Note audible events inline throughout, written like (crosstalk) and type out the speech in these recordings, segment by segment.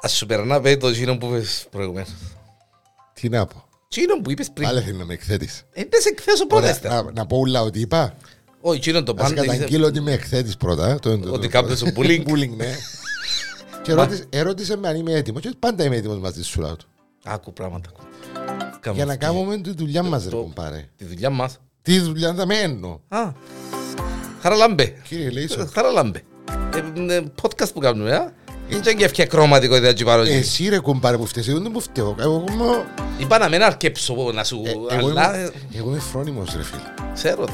Ας σου περνά πέ το γίνο που είπες προηγουμένως. Τι να πω. Γίνο που είπες πριν. Πάλι θέλει να με εκθέτεις. Ε, δεν σε εκθέσω πρώτα. Ωραία, ύστερα. να, να πω ούλα ότι είπα. Όχι, γίνο το Ας πάντα. καταγγείλω ότι με εκθέτεις πρώτα. ε, Το, το, Ότι το- κάνετε σου bullying. Bullying, (laughs) ναι. Και ρώτησε- ερώτησε με αν είμαι έτοιμος. Και πάντα είμαι έτοιμος μαζί σου λαού του. Άκου πράγματα. άκου. Για να αυτή κάνουμε τη δουλειά μας ρε το- κομπάρε. Τη δουλειά μας. Τι δουλειά θα με εννοώ. Α, χαραλάμπε. Κύριε Λέισο, Χαραλάμπε. Ε, είναι Podcast που κάνουμε, α. Ε. Είναι και έφτια κρώματικο ιδέα και παρότι. εσύ ρε κομπάρε που φταίει, εγώ δεν μου φταίω. Εγώ είμαι- Είπα να μην αρκέψω να σου... ε, εγώ Αλλά ε, είμαι- εγώ είμαι φρόνιμος ρε φίλε. ξέρω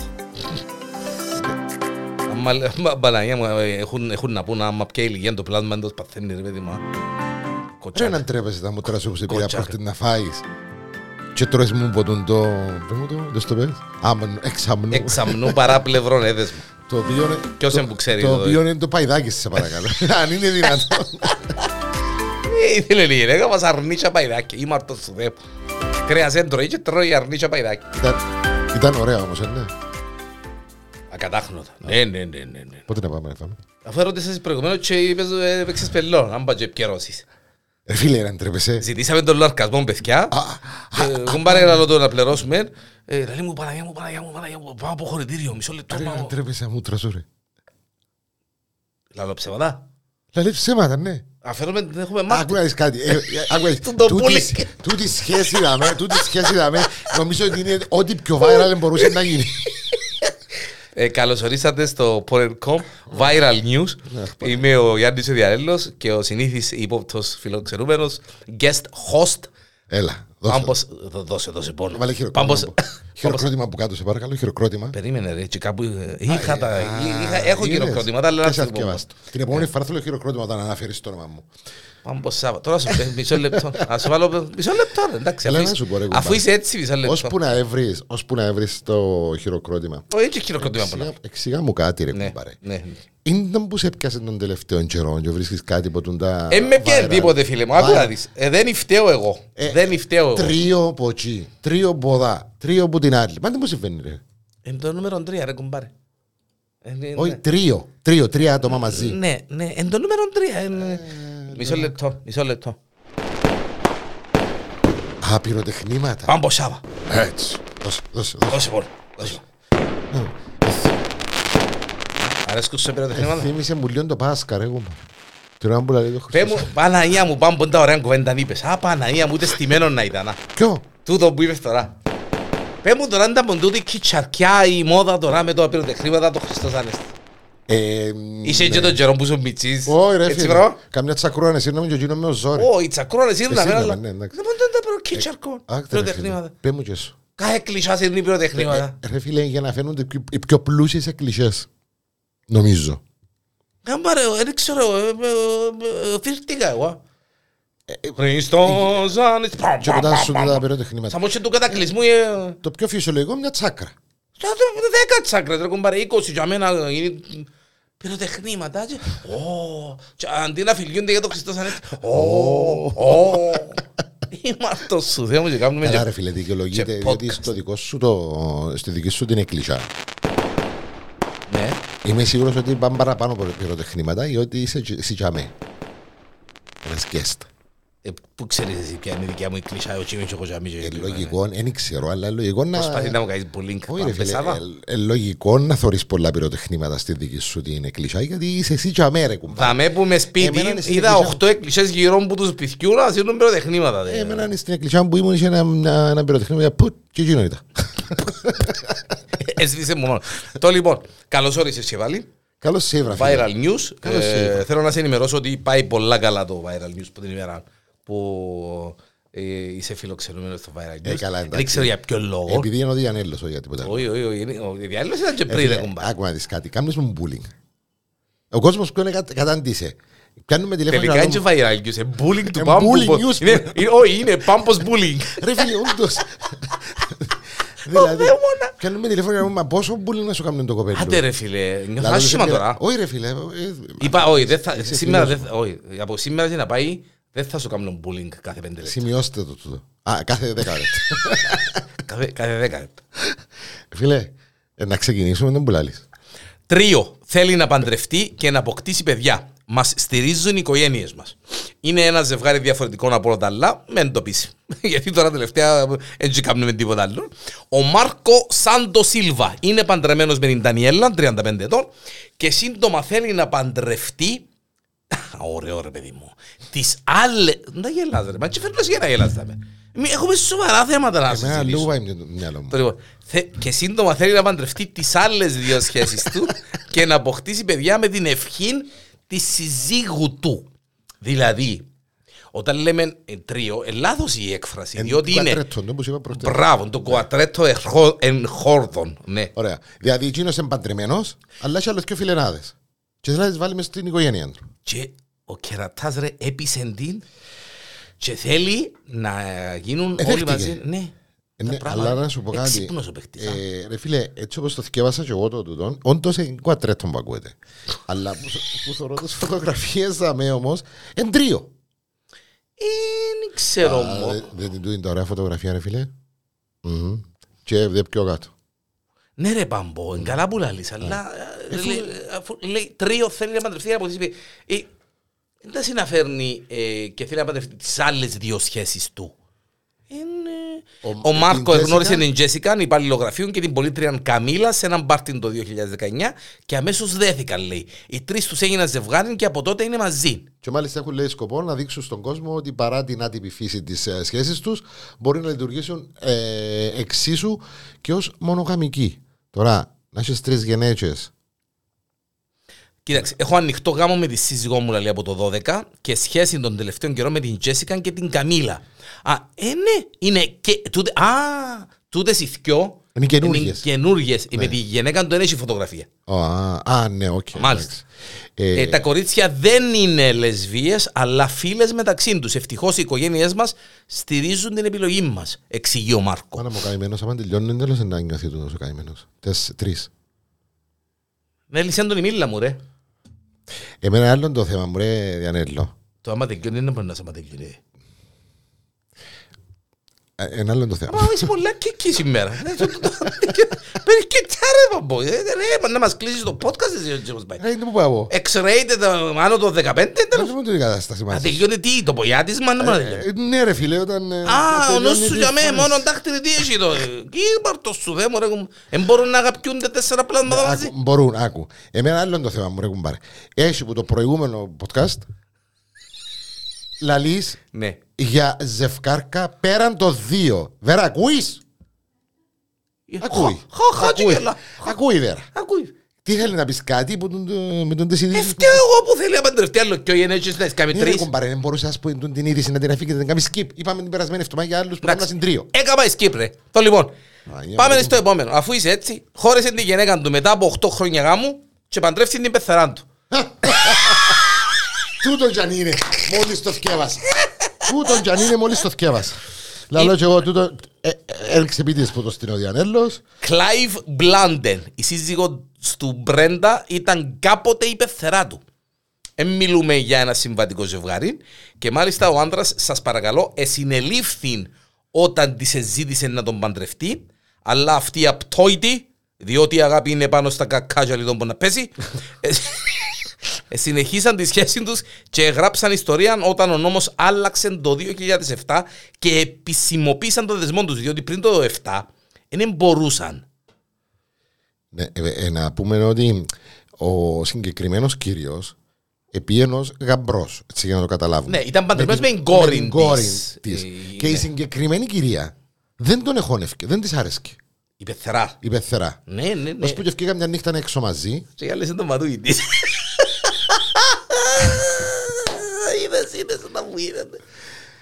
Αμα, αμα, Παναγία μου, ε, έχουν, έχουν να πούν άμα ποια ηλικία είναι το πλάσμα εντός παθαίνεις ρε παιδί μου. α. Ρε Κοτσάρα. να τρέπεσαι τα μούτρα σου που σε πήρα Κοτσάρα. προχτή να φάεις. Και τρώεις μου ποτούν το... Πες μου το, δες το πες. Άμνο, εξαμνό. Εξαμνού ε, παράπλευρο έδεσμο. Το οποίο είναι... Ποιος το- είναι που ξέρει Το εδώ, οποίο είναι το παϊδάκι σε (laughs) παρακαλώ. Αν είναι δυνατόν. Ε, Ήθελε η γυναίκα μας αρνίσια παϊδάκι. Είμαι αρτός του δέπου. Κρέας δεν τρώει και τρώει αρνίσια παϊδάκι. Ήταν- Ήταν ωραία όμως, ε, ναι. Ακατάχνοτα. Ναι, ναι, ναι, ναι. ναι. Πότε να πάμε, να πάμε. Αφού ερώτησες προηγουμένως και είπες ε, έπαιξες πελό, αν πάει και επικαιρώσεις. Ρε Ε, φίλε, να τρέπεσαι. Ζητήσαμε τον λαρκασμό, παιδιά. Ε, Εγώ πάρε ένα λότο να πληρώσουμε. Ε, Λέει μου, Παναγιά μου, Παναγιά μου, Παναγιά μου, πάω από χωριτήριο, μισό λεπτό. Ρε να πάω». τρέπεσαι τα μούτρα σου, ρε. Λαλό ψεύδα. Λαλή ψέματα, ναι. Αφαίρομαι, δεν έχουμε μάθει. Άκου να δεις κάτι. Ε, ε, άκου να δεις. Του το Τούτη- πουλί. Τούτη σχέση δαμε, τούτη σχέση δαμε, νομίζω ότι είναι ό,τι πιο viral μπορούσε να γίνει. Ε, καλωσορίσατε στο Porn.com Viral News. Είμαι ο Γιάννης ο Διαρέλος και ο συνήθις ύποπτος φιλοξενούμενος guest host. Έλα, δώσε. Πάμπος, δώ- δώσε, δώσε πόνο. Βάλε Πάμπος- χειροκρότημα. από- Χειροκρότημα από κάτω, σε παρακαλώ, χειροκρότημα. Περίμενε ρε, και κάπου ε, είχα τα, Α, είχα, έχω είδες. χειροκρότηματα, αλλά να Τέσσερα σου πω. Ναι. αρκεύας. Την επόμενη φορά θέλω χειροκρότημα όταν αναφέρεις το όνομα μου. Πάμπος Σάββα. Τώρα σου πει μισό (laughs) λεπτό. Να σου βάλω μισό λεπτό, ρε, εντάξει. Έλα αφού να είσαι- σου πω, ρε, Αφού κουμπάρε. είσαι έτσι, μισό λεπτό. Ώσπου να έβρεις, ώσπου να έβρεις το χειροκρότημα. Όχι, έτσι χειροκρότημα που να Εξηγά- Εξηγά μου κάτι ρε Ναι, κουμπάρε. ναι. Είναι που σε έπιασες τον τελευταίο καιρό και βρίσκεις κάτι από τον τα... Ε, με πιάνει viral. τίποτε, φίλε μου. Άκου Viral. να δεις. Ε, δεν φταίω εγώ. Ε, Δεν φταίω εγώ. Τρίο από εκεί, τρίο από δά, τρίο από την άλλη. Μα δεν μου συμβαίνει Ναι. ρε. Είναι το νούμερο 3, ρε κουμπάρε. Ε, ναι, Όχι, τρίο, τρίο, τρία άτομα μαζί. Ναι, ναι, είναι το νούμερο 3. είναι- Ε, Μισό ναι. λεπτό, μισό λεπτό. Α, πυροτεχνήματα. Πάμπο Σάβα. Έτσι. Δώσε, δώσε, δώσε. Δώσε πόνο. δώσε πόνο. Αρέσκουν σε πυροτεχνήματα. Θύμισε μου λίγο το Πάσκα ρε κουμπάρε. Την ώρα που λέει το Πέ Χριστός. μου, Παναγία μου, πάμπο τα ωραία κουβέντα είπες. Α, Παναγία μου, ούτε στημένο να ήταν. α. Ποιο? Τούτο που είπες τώρα. Πέ μου τώρα αν ήταν ποντούτη η κιτσαρκιά, η μόδα τώρα με το πυροτεχνήματα, το Χριστός Ανέστη. Ε, Είσαι και τον καιρό που σου μιτσείς. Όχι ρε Έτσι, φίλε, βρω. καμιά τσακρούανε συγγνώμη και εκείνο με ο Ζόρι. Ω, οι τσακρόνες είναι τα Εσύ μέρα, είναι, αλλά ναι, δεν εντάξει. μπορούν να τα βρω κιτσαρκό. Άκτε, ρε, Πυροτεχνήματα. φίλε. Πέ μου και σου. Κάθε κλεισάς είναι οι πυροτεχνήματα. Ε, Ρε φίλε, για να φαίνονται πιο- οι πιο πλούσιες εκκλησίες. Νομίζω. Κάμπα ρε, δεν ξέρω, ε, ε, ε, ε, φύρτηκα εγώ. Ε, Ε, Χριστός άνες, παμ, Και παμ, μετά σου παμ, τα παμ. πυροτεχνήματα. Στα μότσια του κατακλυσμού, ε, Το πιο φυσιολογικό είναι μια τσάκρα. στα δε- δέκα τσάκρες, ρε κουμπάρε, 20 για μένα, ε, είναι πυροτεχνήματα. και, ω, και Αντί να φιλιούνται για το Χριστός Ανέστη. Ω, ω. Είμαστε το σου, Θεέ μου, και κάνουμε Καλά Ε, και- ρε φίλε, δικαιολογείται, και διότι podcast. στο δικό σου το, στη δική σου την εκκλησιά. Ναι. Είμαι σίγουρος ότι πάμε παραπάνω από πυροτεχνήματα, διότι είσαι τζι- εσύ τζαμέ. Ένας guest. Ε, Πού ξέρεις εσύ ποια είναι η δικιά μου η κλεισά, ο Τσίμιν και ο Κοζαμί και Ε, η κλεισά, ναι. Λογικό, δεν ξέρω, αλλά λογικό να... Προσπαθεί να μου κάνεις bullying. Ε, Όχι ρε φίλε, Παμπεσάβα. ε, ε, λογικό να θωρείς πολλά πυροτεχνήματα στη δική σου την εκκλησιά, γιατί είσαι εσύ τζαμέ ρε κουμπά. Δαμέ που με Εμένα σπίτι είναι στην είδα εκκλησιά. 8 εκκλησίες γύρω μου που τους πιθιούν να σύρνουν πυροτεχνήματα. δε. (laughs) Έμεναν στην εκκλησιά που ήμουν είχε ένα, ένα, ένα πυροτεχνήμα πουτ και εκείνο ήταν. Έσβησε μου μόνο. Το λοιπόν, καλώς όρισες και πάλι. Καλώς σε έβρα φίλε. Viral news. Καλώς Ε, ήρθατε. Θέλω να σε ενημερώσω ότι πάει πολλά καλά το viral news που την ημέρα που ε, είσαι φιλοξενούμενος στο viral Ε, καλά, news. εντάξει. Δεν ξέρω για ποιο λόγο. Επειδή είναι ο Διανέλος, όχι για τίποτα. άλλο. Όχι, όχι, όχι. είναι- Ο διάλογος ήταν και Ε, πριν, φίλε, ρε κουμπάρε. Άκου να δεις κάτι, κάνεις μου bullying. Ο κόσμος που είναι κατ- κατάντησε. Πιάνουμε τηλέφωνο Τελικά να είναι και λέμε, viral news. ε, Bullying του Ε, πάμπου. bullying που- news. είναι- είναι- Όχι, είναι πάμπος bullying. Ρε φίλε, (laughs) όντως. Δηλαδή, Θεόμονα. πιάνουμε τηλέφωνο να λέμε, «Μα πόσο bullying να σου κάνουν το κοπέλι. Άντε ρε φίλε, νιώθω Δηλαδή, άσχημα σε πήρα- τώρα. Όχι ρε φίλε. ε, Είπα, όχι, δεν θα, Είσαι σήμερα, φίλος δεν θα- όχι, από σήμερα και να πάει, δεν θα σου κάνω bullying κάθε πέντε λεπτά. Σημειώστε το τούτο. Α, κάθε δέκα λεπτά. (laughs) Κάθε, κάθε δέκα λεπτά. Φίλε, ε, να ξεκινήσουμε, δεν μου λάλλεις. Τρίο, θέλει να παντρευτεί και να αποκτήσει παιδιά. Μας στηρίζουν οι οικογένειες μας. Είναι ένα ζευγάρι διαφορετικό από όλα τα άλλα, μεν το πείσει. (laughs) Γιατί τώρα τελευταία έτσι κάνουμε τίποτα άλλο. Ο Μάρκο Σάντο Σίλβα είναι παντρεμένος με την Ντανιέλα, 35 ετών, και σύντομα θέλει να παντρευτεί. (laughs) Ωραίο ρε παιδί μου. Τις άλλες. Να γελάς ρε. Μα τι φέρνει για να γελάς τα με. Μη- Έχουμε σοβαρά θέματα να Εμένα λίγο συζητήσουμε. πάει με το μυαλό μου. Το λοιπόν, θε- και σύντομα θέλει να παντρευτεί τις άλλες δύο σχέσεις του και να αποκτήσει παιδιά με την ευχή της συζύγου του. Δηλαδή, όταν λέμε ε, τρίο, ε, λάθος η έκφραση. Εν διότι είναι. κουατρέτον, όπως είπα προχτές. Μπράβο, το κουατρέτο εχο- εν χόρδον. Ναι. Ωραία. Δηλαδή εκείνος είναι παντρεμένος, αλλά έχει άλλες και φιλενάδες. Και θέλει να τις βάλει μέσα στην οικογένεια του. Και ο κερατάς ρε έπεισε την και θέλει να γίνουν όλοι Εδέχτηκε. μαζί. Ναι. Ε, ναι, Τα πράγματα- αλλά να σου πω κάτι. Εξύπνος ο παίκτης, α. Ε, ρε φίλε, έτσι όπως το θυκεύασα και εγώ το τούτον, όντως είναι κουατρέτο που ακούετε. αλλά που, που θωρώ τις φωτογραφίες δαμέ όμως, εν τρίο. Ε, Δεν ξέρω. Α, μω. δε- Δεν την τούτη τα ωραία φωτογραφία ρε φίλε. Μμμ. Και δε πιο κάτω. Ναι ρε Παμπό, είναι καλά που λαλείς, αλλά ε, λέει- αφού λέει τρίο θέλει να παντρευτεί από τη Δεν τα συναφέρνει ε, και θέλει να παντρευτεί τις άλλες δύο σχέσεις του. Είναι, Ο- ε, Ο την Μάρκο Τζέσικα. εγνώρισε την Τζέσικα, υπάλληλο γραφείων και την πολίτριαν Καμίλα σε έναν πάρτιν το 2019 και αμέσως δέθηκαν, λέει. Οι τρεις τους έγιναν ζευγάρι και από τότε είναι μαζί. Και μάλιστα έχουν λέει σκοπό να δείξουν στον κόσμο ότι παρά την άτυπη φύση της ε, σχέσης τους, μπορεί να λειτουργήσουν ε, εξίσου και ως μονογαμικοί. Τώρα, να έχεις τρεις γενέτσες. Κοίταξε, έχω ανοιχτό γάμο με τη σύζυγό μου λέει, από το 12 και σχέση των τελευταίων καιρών με την Τζέσικα και την Καμίλα. Α, ε, ναι, είναι και. Τούτε, α, τούτες οι θκιό Είναι καινούργιες. Ναι. Είναι καινούργιες. Ε, Με τη γυναίκα του δεν έχει φωτογραφία. Α, α, ναι, οκ. Μάλιστα. εντάξει. Ε, Ε, τα κορίτσια δεν είναι λεσβείες, αλλά φίλες μεταξύ τους. Ευτυχώς οι οικογένειές μας στηρίζουν την επιλογή μας, εξηγεί ο Μάρκο. Μάνα μου καημένος, άμα τελειώνει, δεν τέλο να νιώθει τούτο ο καημένο. Τρεις. Ναι, λυσέντον η μίλα μου, ρε. Εμένα άλλο το θέμα μου, ρε Διανέλο. Το άμα τελειώνει δεν μπορεί να σε άμα τελειώνει. Ε, Ένα άλλο το θέμα. Μα είσαι πολλά και εκεί σήμερα. Ε, Παίρνει και τσάρε παμπό. Ε, ρε, μα Να μας κλείσεις το podcast εσύ, ο Τζίμος Μπάι. Ε, Δεν μου πάω εγώ. X-rated ε, άνω το 15. Δεν μου την κατάσταση Να μαζί. τελειώνει τι, το πογιάτισμα, να μπορεί να τελειώνει. Ε, Ναι, ρε φίλε, όταν. ε, Α, ο τελειώνει νους σου τις για μέ, φορές. μόνο δάχτυλι τι έχει το. ε. Κι πάρτος σου, δε μου ρε, κομ- Εν μπορούν να αγαπιούνται τέσσερα πλάσματα μαζί. Άκου, μπορούν, άκου. Εμένα άλλο είναι το θέμα μου, ρε κουμπάρε. Έχει που το προηγούμενο podcast λαλείς Ναι. για ζευκάρκα πέραν το δύο. Βέρα, ακούεις? Ακούει. Χα, χα, Ακούει. τσιγελά. Ακούει, Βέρα. Ακούει. Τι θέλει να πεις κάτι που τον, με τον τις ειδήσεις. Ευκαιρία εγώ που θέλει να παντρευτεί άλλο και ο Γενέτσιος να κάνει Ναι, ρε τρεις. κουμπάρε, δεν μπορούσες να σου πω την είδηση να την αφήκετε, να την κάνεις skip. Είπαμε την περασμένη εβδομάδα για άλλους που Εντάξει. να συντρίο. Έκαμα εις Κύπρε. Το λοιπόν. Μαγιά Πάμε μου. στο επόμενο. Αφού είσαι έτσι, χώρισε τη γυναίκα του μετά από 8 χρόνια γάμου και παντρεύτηκε την πεθερά του. Τούτον κι αν είναι, μόλις το θκεύασα. Τούτον κι αν είναι, μόλις το θκεύασα. Λαλό κι εγώ, τούτον... ε, ε, Έλξε πίτης που το στείλω Διανέλος. Κλάιβ Μπλάντεν, η σύζυγος του Μπρέντα, ήταν κάποτε η πεθερά του. Ε, μιλούμε για ένα συμβατικό ζευγάρι και μάλιστα ο άντρας, σας παρακαλώ, εσυνελήφθη όταν της εζήτησε να τον παντρευτεί, αλλά αυτή η απτόητη, διότι η αγάπη είναι πάνω στα κακάκια λιτών που να πέσει, ε, Ε, συνεχίσαν τη σχέση τους και γράψαν ιστορία όταν ο νόμος άλλαξε το 2007 και επισημοποίησαν το δεσμό τους, διότι πριν το 2007 δεν μπορούσαν. Ναι, ε, ε, να πούμε ότι ο συγκεκριμένος κύριος επί ενός γαμπρός, έτσι για να το καταλάβουμε. Ναι, ήταν παντρεμένος με την- την κόρη της. την κόρη Ε, Και η ναι. συγκεκριμένη κυρία δεν τον εχώνευκε, δεν της άρεσκε Η πεθερά. η πεθερά. Ναι, ναι, ναι. Μας που και βγήκα μια νύχτα έξω μαζί, Και οι άλλες είναι το μαδούι (laughs) της. Είδες, είδες όταν μου είδατε.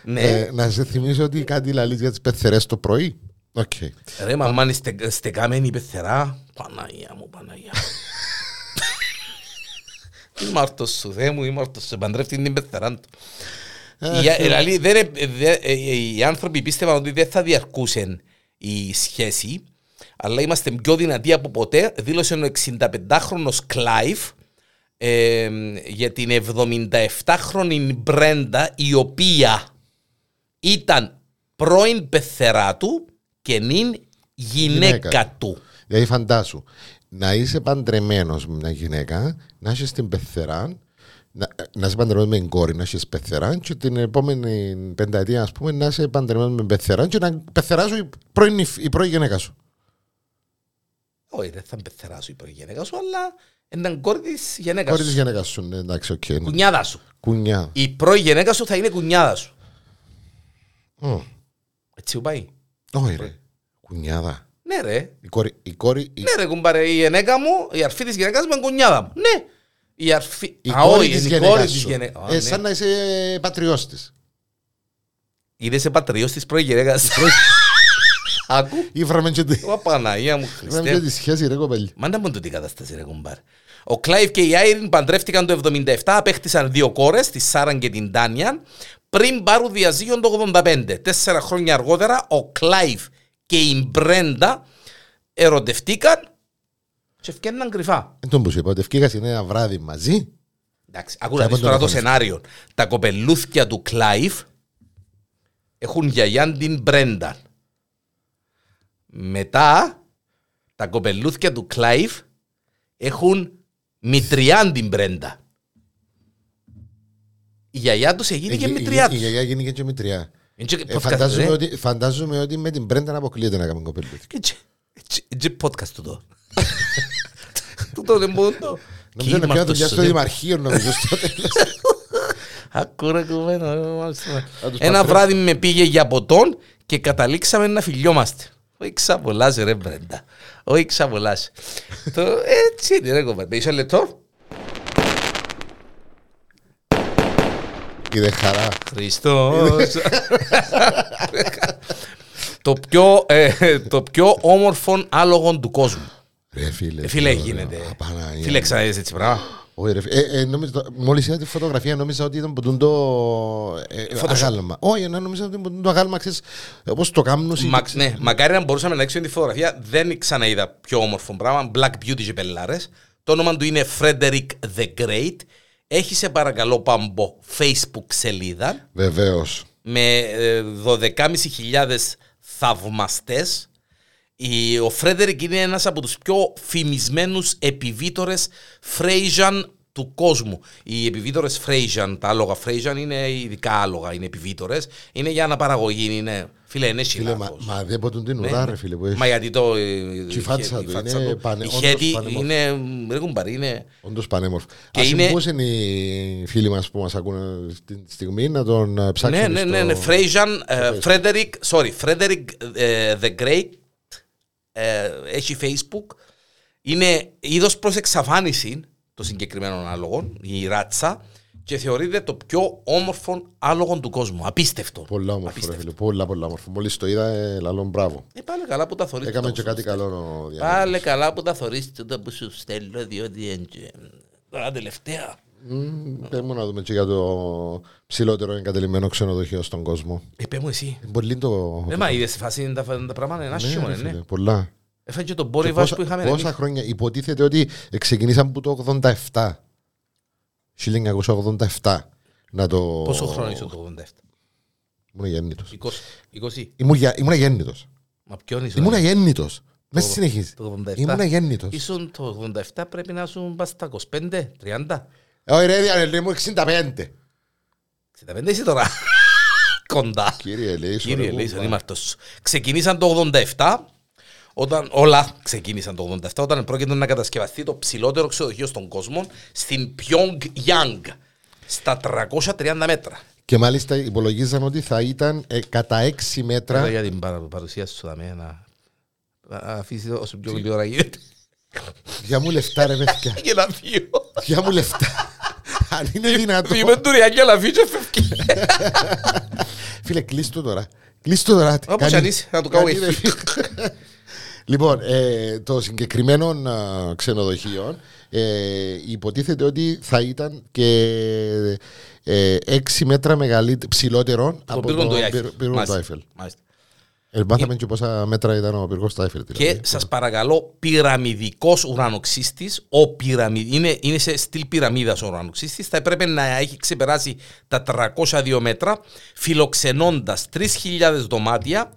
Ναι. ε, να σε θυμίσω ότι κάτι λαλείς για τις πεθερές το πρωί. Οκ. Ε, Ρε μαμά, είναι στε- στεκαμένη η πεθερά. Παναγία μου, Παναγία μου. Είμαι αρτός σου, Θεέ μου, είμαι αρτός σου. Παντρεύτηκε την πεθερά του. Οι- Δηλαδή, δεν ε- δε- ε- ε- οι άνθρωποι πίστευαν ότι δεν θα διαρκούσε η σχέση, αλλά είμαστε πιο δυνατοί από ποτέ, δήλωσε ο 65χρονο Κλάιβ ε, για την 77χρονη Μπρέντα, η οποία ήταν πρώην πεθερά του και νυν γυναίκα Γυναίκα. του. Δηλαδή φαντάσου να είσαι παντρεμένος με μια γυναίκα, να είσαι στην πεθερά, να, ε, να είσαι παντρεμένος με κόρη, να είσαι πεθεράν και την επόμενη πενταετία, ας πούμε, να είσαι παντρεμένος με πεθεράν και να πεθεράσω η πρώην, η πρώην γυναίκα σου. Όχι, δεν θα πεθεράσω η γυναίκα σου, αλλά έναν κόρη τη γυναίκα Κόρη τη σου. γυναίκα σου, ναι, εντάξει, οκ. ναι. Κουνιάδα σου. Κουνιά. Η πρώην γυναίκα σου θα είναι κουνιάδα σου. Μμ. Έτσι που πάει. Όχι, ρε. Κουνιάδα. Ναι, ρε. Η κόρη. Η κόρη η... Ναι, ρε, κουμπάρε, η γυναίκα μου, η αρφή της γυναίκας μου είναι κουνιάδα μου. Ναι. Η αρφή. Η Α, κόρη όχι, της είναι η κόρη γενέκας της σου. γενέκας. Α, Ε, ναι. σαν να είσαι πατριός της. Είδες σε πατριό τη πρώην γυναίκας. (laughs) Ακού. Ή βράμε και τη- Ω Παναγία μου, βράμε και Χριστέ. τη σχέση ρε κοπέλη. Μάντα μου τούτη κατάσταση, ρε κουμπάρ. Ο Κλάιβ και η Άιριν παντρεύτηκαν το 1977, απέκτησαν δύο κόρες, τη Σάραν και την Τάνια, πριν πάρουν διαζύγιο το 1985. Τέσσερα χρόνια αργότερα, ο Κλάιβ και η Μπρέντα ερωτευτήκαν και ευκαιρναν κρυφά. Εν τόν Ε, που σου είπα, ότι ευκήγας είναι ένα βράδυ μαζί. Εντάξει, ακούω να Και δεις τώρα από τον το αγωνιστή. σενάριο. Τα κοπελούθια του Κλάιβ έχουν γιαγιάν την Μπρέντα. Μετά, τα κοπελούθια του Κλάιβ έχουν μητριάν την Μπρέντα. Η γιαγιά τους έγινε και ε, Η- η- μητριά Η τους. γιαγιά γίνει και μητριά. Είναι και Ε, podcast, φαντάζομαι, ρε. ότι, φαντάζομαι ότι με την Πρέντα να αποκλείεται να κάνουμε κοπέλη. Έτσι, έτσι, έτσι podcast (laughs) τούτο. Τούτο δεν μπορώ να το... Νομίζω να πιάνω δουλειά στο Κύμαρτος, Δημαρχείο, νομίζω στο (laughs) τέλος. Ακούρα κουβέντα. ρε, μάλιστα. Να τους Ένα πατρέψω. βράδυ με πήγε για ποτόν και καταλήξαμε να φιλιόμαστε. Όχι ξαβολάζει ρε Μπρέντα. Όχι ξαβολάζει. Το έτσι είναι ρε κομμάτι. Είσαι λεπτό. Είδε χαρά. Χριστός. το, πιο, ε, το πιο όμορφο άλογο του κόσμου. Ρε φίλε. Ε, φίλε τώρα, γίνεται. α, Παναγία Φίλε μου. ξαναδείς έτσι πράγμα. Όχι, ρε, φίλε. Ε, ε, νόμιζα το- Μόλις είδα τη φωτογραφία νόμιζα ότι ήταν ποτούν το ε, αγάλμα. Όχι, ενώ νόμιζα ότι ήταν ποτούν το αγάλμα, ξέρεις, όπως το κάνουν. όσοι- Μα, ναι, μακάρι να μπορούσαμε να δείξουμε τη φωτογραφία. Δεν ξαναείδα πιο όμορφο πράγμα. Black Beauty και πελάρες. Το όνομα του είναι Frederick the Great. Έχει σε παρακαλώ πάμπο Facebook σελίδα Βεβαίως. με ε, 12.500 θαυμαστές. Η- Ο Φρέντερικ είναι ένας από τους πιο φημισμένους επιβίτορες Φρέιζαν του κόσμου. Οι επιβίτορες Φρέιζαν, τα άλογα Φρέιζαν είναι ειδικά άλογα, είναι επιβίτορες. Είναι για αναπαραγωγή, είναι... Φίλε, είναι Φίλε, μα, χιλάθος. μα δεν ποτούν την Ναι, ουρά, ναι. ρε φίλε. που έχει. Μα γιατί το. ε, η φάτσα του είναι πανε- Η όντως χέτη πανέμορφη. είναι. Ρε κουμπάρι, είναι. Όντως πανέμορφο. Και Και Ας είναι- είναι... οι φίλοι μας που μας ακούνε αυτή τη στιγμή να τον ε, ψάξουν Ναι, ναι, στο- ναι, ναι. Φρέιζαν, Φρέντερικ, sorry, Φρέντερικ ε, the Great, ε, έχει Facebook. Είναι είδος προς εξαφάνιση των συγκεκριμένων άλογων, η ράτσα, και θεωρείται το πιο όμορφο άλογο του κόσμου. Απίστευτο. Πολλά όμορφο, ρε φίλε. Πολλά, πολλά όμορφο. Μόλις το είδα, ε, λαλό μπράβο. Ε, πάλι καλά που τα θωρείς. Έκαμε το και που σου κάτι καλό ο στέλνω. Διάννης. Πάλι καλά που τα θωρείς τούτα που σου στέλνω, διότι... εν και- Τώρα τελευταία. Μμμ, Πες μου να δούμε και για το ψηλότερο εγκατελειμμένο ξενοδοχείο στον κόσμο. Ε, πέ μου εσύ. Ε, Πολύ το... Ε, μα είδες τη φάση είναι τα, τα πράγματα, είναι Ναι, άσχημο, ρε ναι. φίλε, Πολλά. Έφαγε και τον Και πόρυβα πόσα- που είχαμε. εμείς. Πόσα χρόνια υποτίθεται ότι ξεκινήσαν που το 87. 1987. Να το... Πόσο χρόνο είσαι το 87. Ήμουν γέννητος. 20. 20. Ήμουν γε- ήμουν γέννητος. Μα ποιον είσαι. Ήμουν γέννητος. Μες συνεχίζεις. το 87. Ήμουν γέννητος. Ήσουν το 87 πρέπει να ήσουν πας στα 25, 30. Ε, Όχι ρε Διανελή μου 65. 65 είσαι τώρα. (laughs) Κοντά. Κύριε Ελέησον. Κύριε εγώ- Λέισον, είμαι αυτός. Ξεκινήσαν το 87. Όταν, όλα ξεκίνησαν το 87 όταν πρόκειται να κατασκευαστεί το ψηλότερο ξενοδοχείο στον κόσμο στην Pyongyang στα 330 μέτρα. Και μάλιστα υπολογίζαν ότι θα ήταν ε, κατά 6 μέτρα. Τώρα για την παρα- παρουσία σου θα με να να αφήσεις όσο πιο γλυόρα (laughs) γίνεται. Για μου λεφτά ρε παιδιά. (laughs) Και να φύγω. Για μου λεφτά. Αν είναι δυνατό. Είμαι ντουριακή αλλά φύγει και φεύγει. Φίλε, κλείστο τώρα. Κλείστο τώρα. Όπως Κάνει- αν είσαι, να του κάνω κάνει, ρε, έτσι. φίλε. Λοιπόν, ε, το συγκεκριμένο α, ξενοδοχείο ε, υποτίθεται ότι θα ήταν και ε, 6 μέτρα μεγαλύτερο, ψηλότερο Το από πύργο του το Άιφελ. πύργο- πύργο του Μάλιστα. Άιφελ. Μάλιστα. Ε, Μάθαμε και πόσα μέτρα ήταν ο πύργος του Άιφελ. Και δηλαδή. σας παρακαλώ, πυραμιδικός ουρανοξύστης, ο πυραμι... είναι, είναι σε στυλ πυραμίδας ο ουρανοξύστης, θα έπρεπε να έχει ξεπεράσει τα 302 μέτρα, φιλοξενώντας 3.000 δωμάτια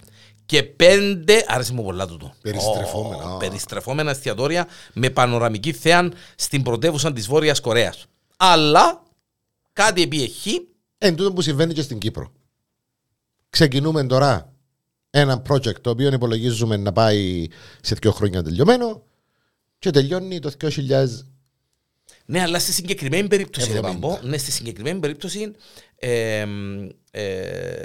και πέντε, άρεσε μου πολλά τούτο. Περιστρεφόμενα. Ω, περιστρεφόμενα εστιατόρια με πανοραμική θέα στην πρωτεύουσα της Βόρειας Κορέας. Αλλά κάτι επιεχεί. Εν τούτο που συμβαίνει και στην Κύπρο. Ξεκινούμε τώρα ένα project το οποίο υπολογίζουμε να πάει σε δύο χρόνια τελειωμένο και τελειώνει το 2000. Ναι, αλλά στη συγκεκριμένη περίπτωση, ρε 70. Παμπό, ναι, στη συγκεκριμένη περίπτωση ε, ε,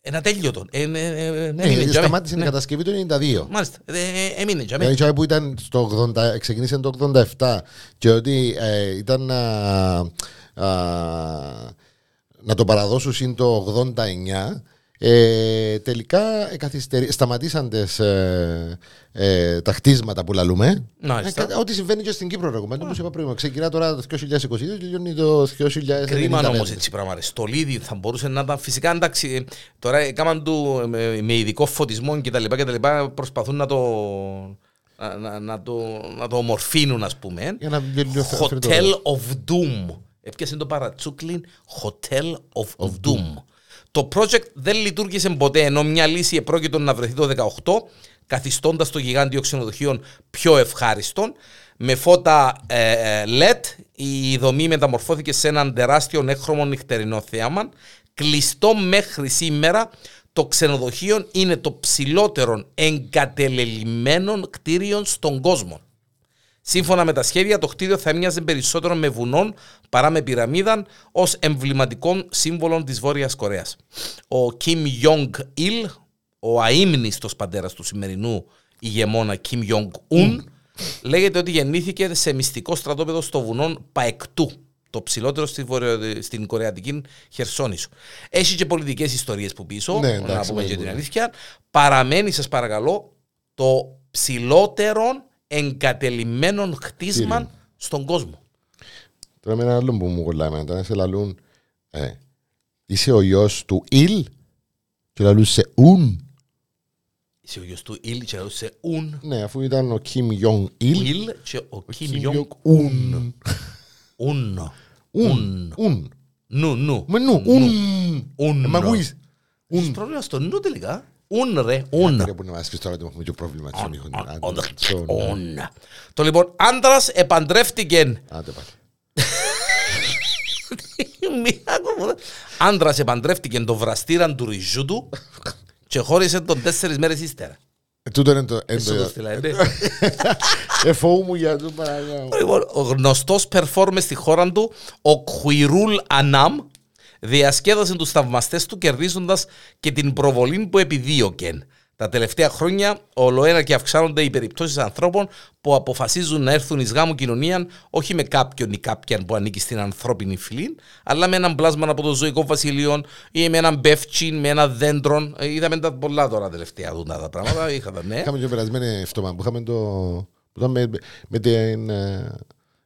ένα τέλειωτο. Ε, ε, ε, ε, Ναι, έμεινε γιατί τζάμε. σταμάτησε την Ναι, κατασκευή του 92. Μάλιστα, ε, ε, έμεινε τζάμε. Δηλαδή, τσάι που ήταν στο 80, ξεκίνησε το 87 και ότι ε, ήταν α, α, να το παραδώσουν συν το 89, ε, τελικά ε, καθυστερή- σταματήσαν τις, ε, ε, τα χτίσματα που λαλούμε. Ε, Μάλιστα. κα- ό,τι συμβαίνει και στην Κύπρο, ρε κομμάτι, όπως είπα πριν. Ξεκινά τώρα το 2022 και τελειώνει το 2095. Κρίμα όμως έτσι πράγμα. ρε. Στολίδι θα μπορούσε να ήταν. Φυσικά εντάξει, ε, τώρα έκαναν του ε, με, με ειδικό φωτισμό κτλ. κτλ προσπαθούν να το, να, να, να το, να το ομορφύνουν, ας πούμε. Για να βιβλιοθε- Hotel of Doom. Έπιασε το παρατσούκλιν Hotel of, of Doom. Το project δεν λειτουργήσε ποτέ, ενώ μια λύση επρόκειτο να βρεθεί το 18, καθιστώντας το γιγάντιο ξενοδοχείο πιο ευχάριστον. Με φώτα ε, ε, LED, η δομή μεταμορφώθηκε σε έναν τεράστιο νέχρωμο νυχτερινό θέαμα. Κλειστό μέχρι σήμερα, το ξενοδοχείο είναι το ψηλότερο εγκατελελειμμένο κτίριο στον κόσμο. Σύμφωνα με τα σχέδια, το κτίριο θα μοιάζει περισσότερο με βουνόν παρά με πυραμίδα ω εμβληματικό σύμβολο της Βόρειας Κορέας. Ο Κιμ Ιόγκ Ιλ, ο αείμνηστος πατέρας του σημερινού ηγεμόνα Κιμ Ιόγκ Ουν, λέγεται ότι γεννήθηκε σε μυστικό στρατόπεδο στο βουνόν Παεκτού, το ψηλότερο στη βορειο- στην Κορεατική Χερσόνησο. Έχει και πολιτικές ιστορίες που πίσω, Ναι, να εντάξει, πούμε και την σίγουρα. αλήθεια. Παραμένει, σας παρακαλώ, το ψηλότερο εγκατελειμμένο χτίσμα στον κόσμο. Τώρα με ένα άλλο που μου κολλάει εμένα, Όταν σε λαλούν ε, Είσαι ο γιος του Ιλ Και λαλούν σε Ουν Είσαι ο γιος του Ιλ και σε Ουν. Ναι αφού ήταν ο Κιμ Ιόγκ Ιλ Ιλ και ο Κιμ Κιμ Ιόγκ Ιόγκ Ουν Ουν. Ουν Ουν Νου, νου. Με νου Ουν Ουν. Ε, Μα ακούεις Έχεις Ουν πρόβλημα στο νου τελικά. Ουν ρε, ουν. Ρε που να μας πεις τώρα ότι έχουμε και πρόβλημα On, στον ήχο. on, Άντε, ναι. on the- στον- on. Το λοιπόν, άντρας επαντρεύτηκε. Άντε πάλι Μία ακόμα. Άντρα επαντρεύτηκε το βραστήραν του ριζού του και χώρισε τον τέσσερις μέρες ύστερα. Ε, Τούτο είναι το εν Σου το το- στείλα, ναι. Εφόου μου για το παραγάω Λοιπόν, ο γνωστός performer στη χώρα του, ο Κουιρούλ Ανάμ, διασκέδασε τους θαυμαστές του κερδίζοντας και την προβολή που επιδίωκεν. Τα τελευταία χρόνια, ολοένα και αυξάνονται οι περιπτώσεις ανθρώπων που αποφασίζουν να έρθουν εις γάμου κοινωνία όχι με κάποιον ή κάποιαν που ανήκει στην ανθρώπινη φυλή, αλλά με έναν πλάσμα από το ζωικό βασιλείο ή με έναν πεύτσιν, με ένα δέντρο. Ε, Είδαμε τα πολλά τώρα τελευταία τούτα τα πράγματα. Είχα τα, ναι. Είχαμε και περασμένη εβδομάδα που είχαμε το. που ήταν με, με, την, ε,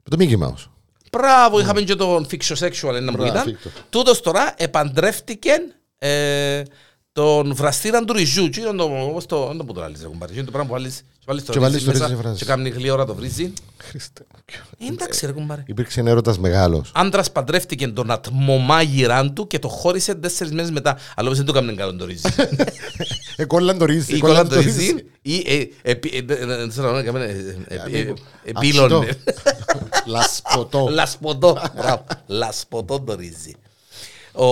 με το Mickey Mouse. Μπράβο, είχαμε και τον Fictiosexual, ένα που Μπράβο, ήταν. φίκτο. Τούτος τώρα επαντρεύτηκε ε, τον βραστήραν του ριζού. Τι είναι το, πώς το, δεν το που το λάλλεις, ρε κουμπάρι. Τι είναι το πράγμα που βάλεις, και βάλεις το Και βάλεις το ρύζι ρύζι μέσα βράζεις. και κάνει γλυόρα το βρίζει. Χριστέ. μου, ποιο- Ε, Εντάξει ρε κουμπάρι. Υπήρξε ένα έρωτας μεγάλος. Άντρας παντρεύτηκε τον ατμομάγειραν του και το χώρισε τέσσερις μέρες μετά. Αλλά όπως δεν το έκανε καλό το (laughs) ρύζι. Εκόλαν Ε, το ρύζι. Ή εκόλαν κόλλαν το ρύζι ή ε, επί- ε, ε, δεν ξέρω, να κάνουμε, ε, ε, ε, ε, επίλωνε. (laughs) Λασποτό. Λασποτό. Μπράβο. Λασποτό το ρύζι. Ο,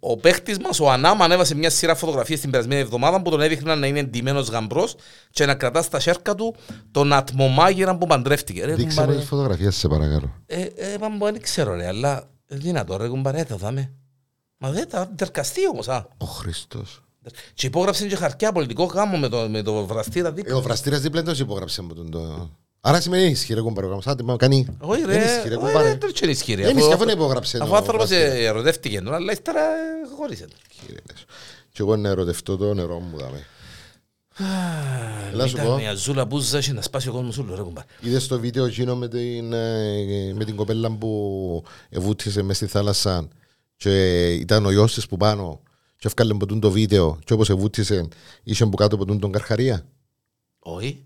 ο παίχτης μας, ο Ανάμ, ανέβασε μια σειρά φωτογραφίες την περασμένη εβδομάδα που τον έδειχναν να είναι εντυμένος γαμπρός και να κρατά στα σέρκα του τον ατμομάγειρα που παντρεύτηκε. Ρε, Δείξε μου κουμπάρε, τις φωτογραφίες, σε παρακαλώ. ε, ε, πάμπο, δεν ξέρω, ρε, αλλά ε, δυνατό, ρε, κουμπάρε, θα δάμε. Μα δεν τα τερκαστεί όμως, α. Ο Χριστός. Και υπόγραψε και χαρτιά πολιτικό γάμο με το, με το βραστήρα δίπλα. Ε, ο βραστήρας δίπλα εντό υπόγραψε μου τον. το- Άρα σημαίνει ισχυρό κουμπαρό. Άντε, μα κάνει. Ε, Όχι, ρε, Είναι ισχυρό όχι, ρε, κουμπάρε. δεν είναι ισχυρή. Είναι Αφού- ισχυρό αφού υπόγραψε. Αφού ο άνθρωπος ε, ερωτεύτηκε, τον, αλλά ύστερα ε, χώρισε. τον. Και εγώ να ερωτευτώ το νερό μου, δάμε. Έλα, σου Ήταν πω. μια ζούλα μπούζα έχει να σπάσει ο κόσμος όλο ρε κουμπάρε. Είδες το βίντεο εκείνο με την, ε, με την κοπέλα που εβούτησε μέσα στη θάλασσα και ήταν ο γιος της που πάνω και έφκαλε ποτούν το βίντεο και όπως εβούτησε είσαι που κάτω ποτούν τον Καρχαρία. Όχι.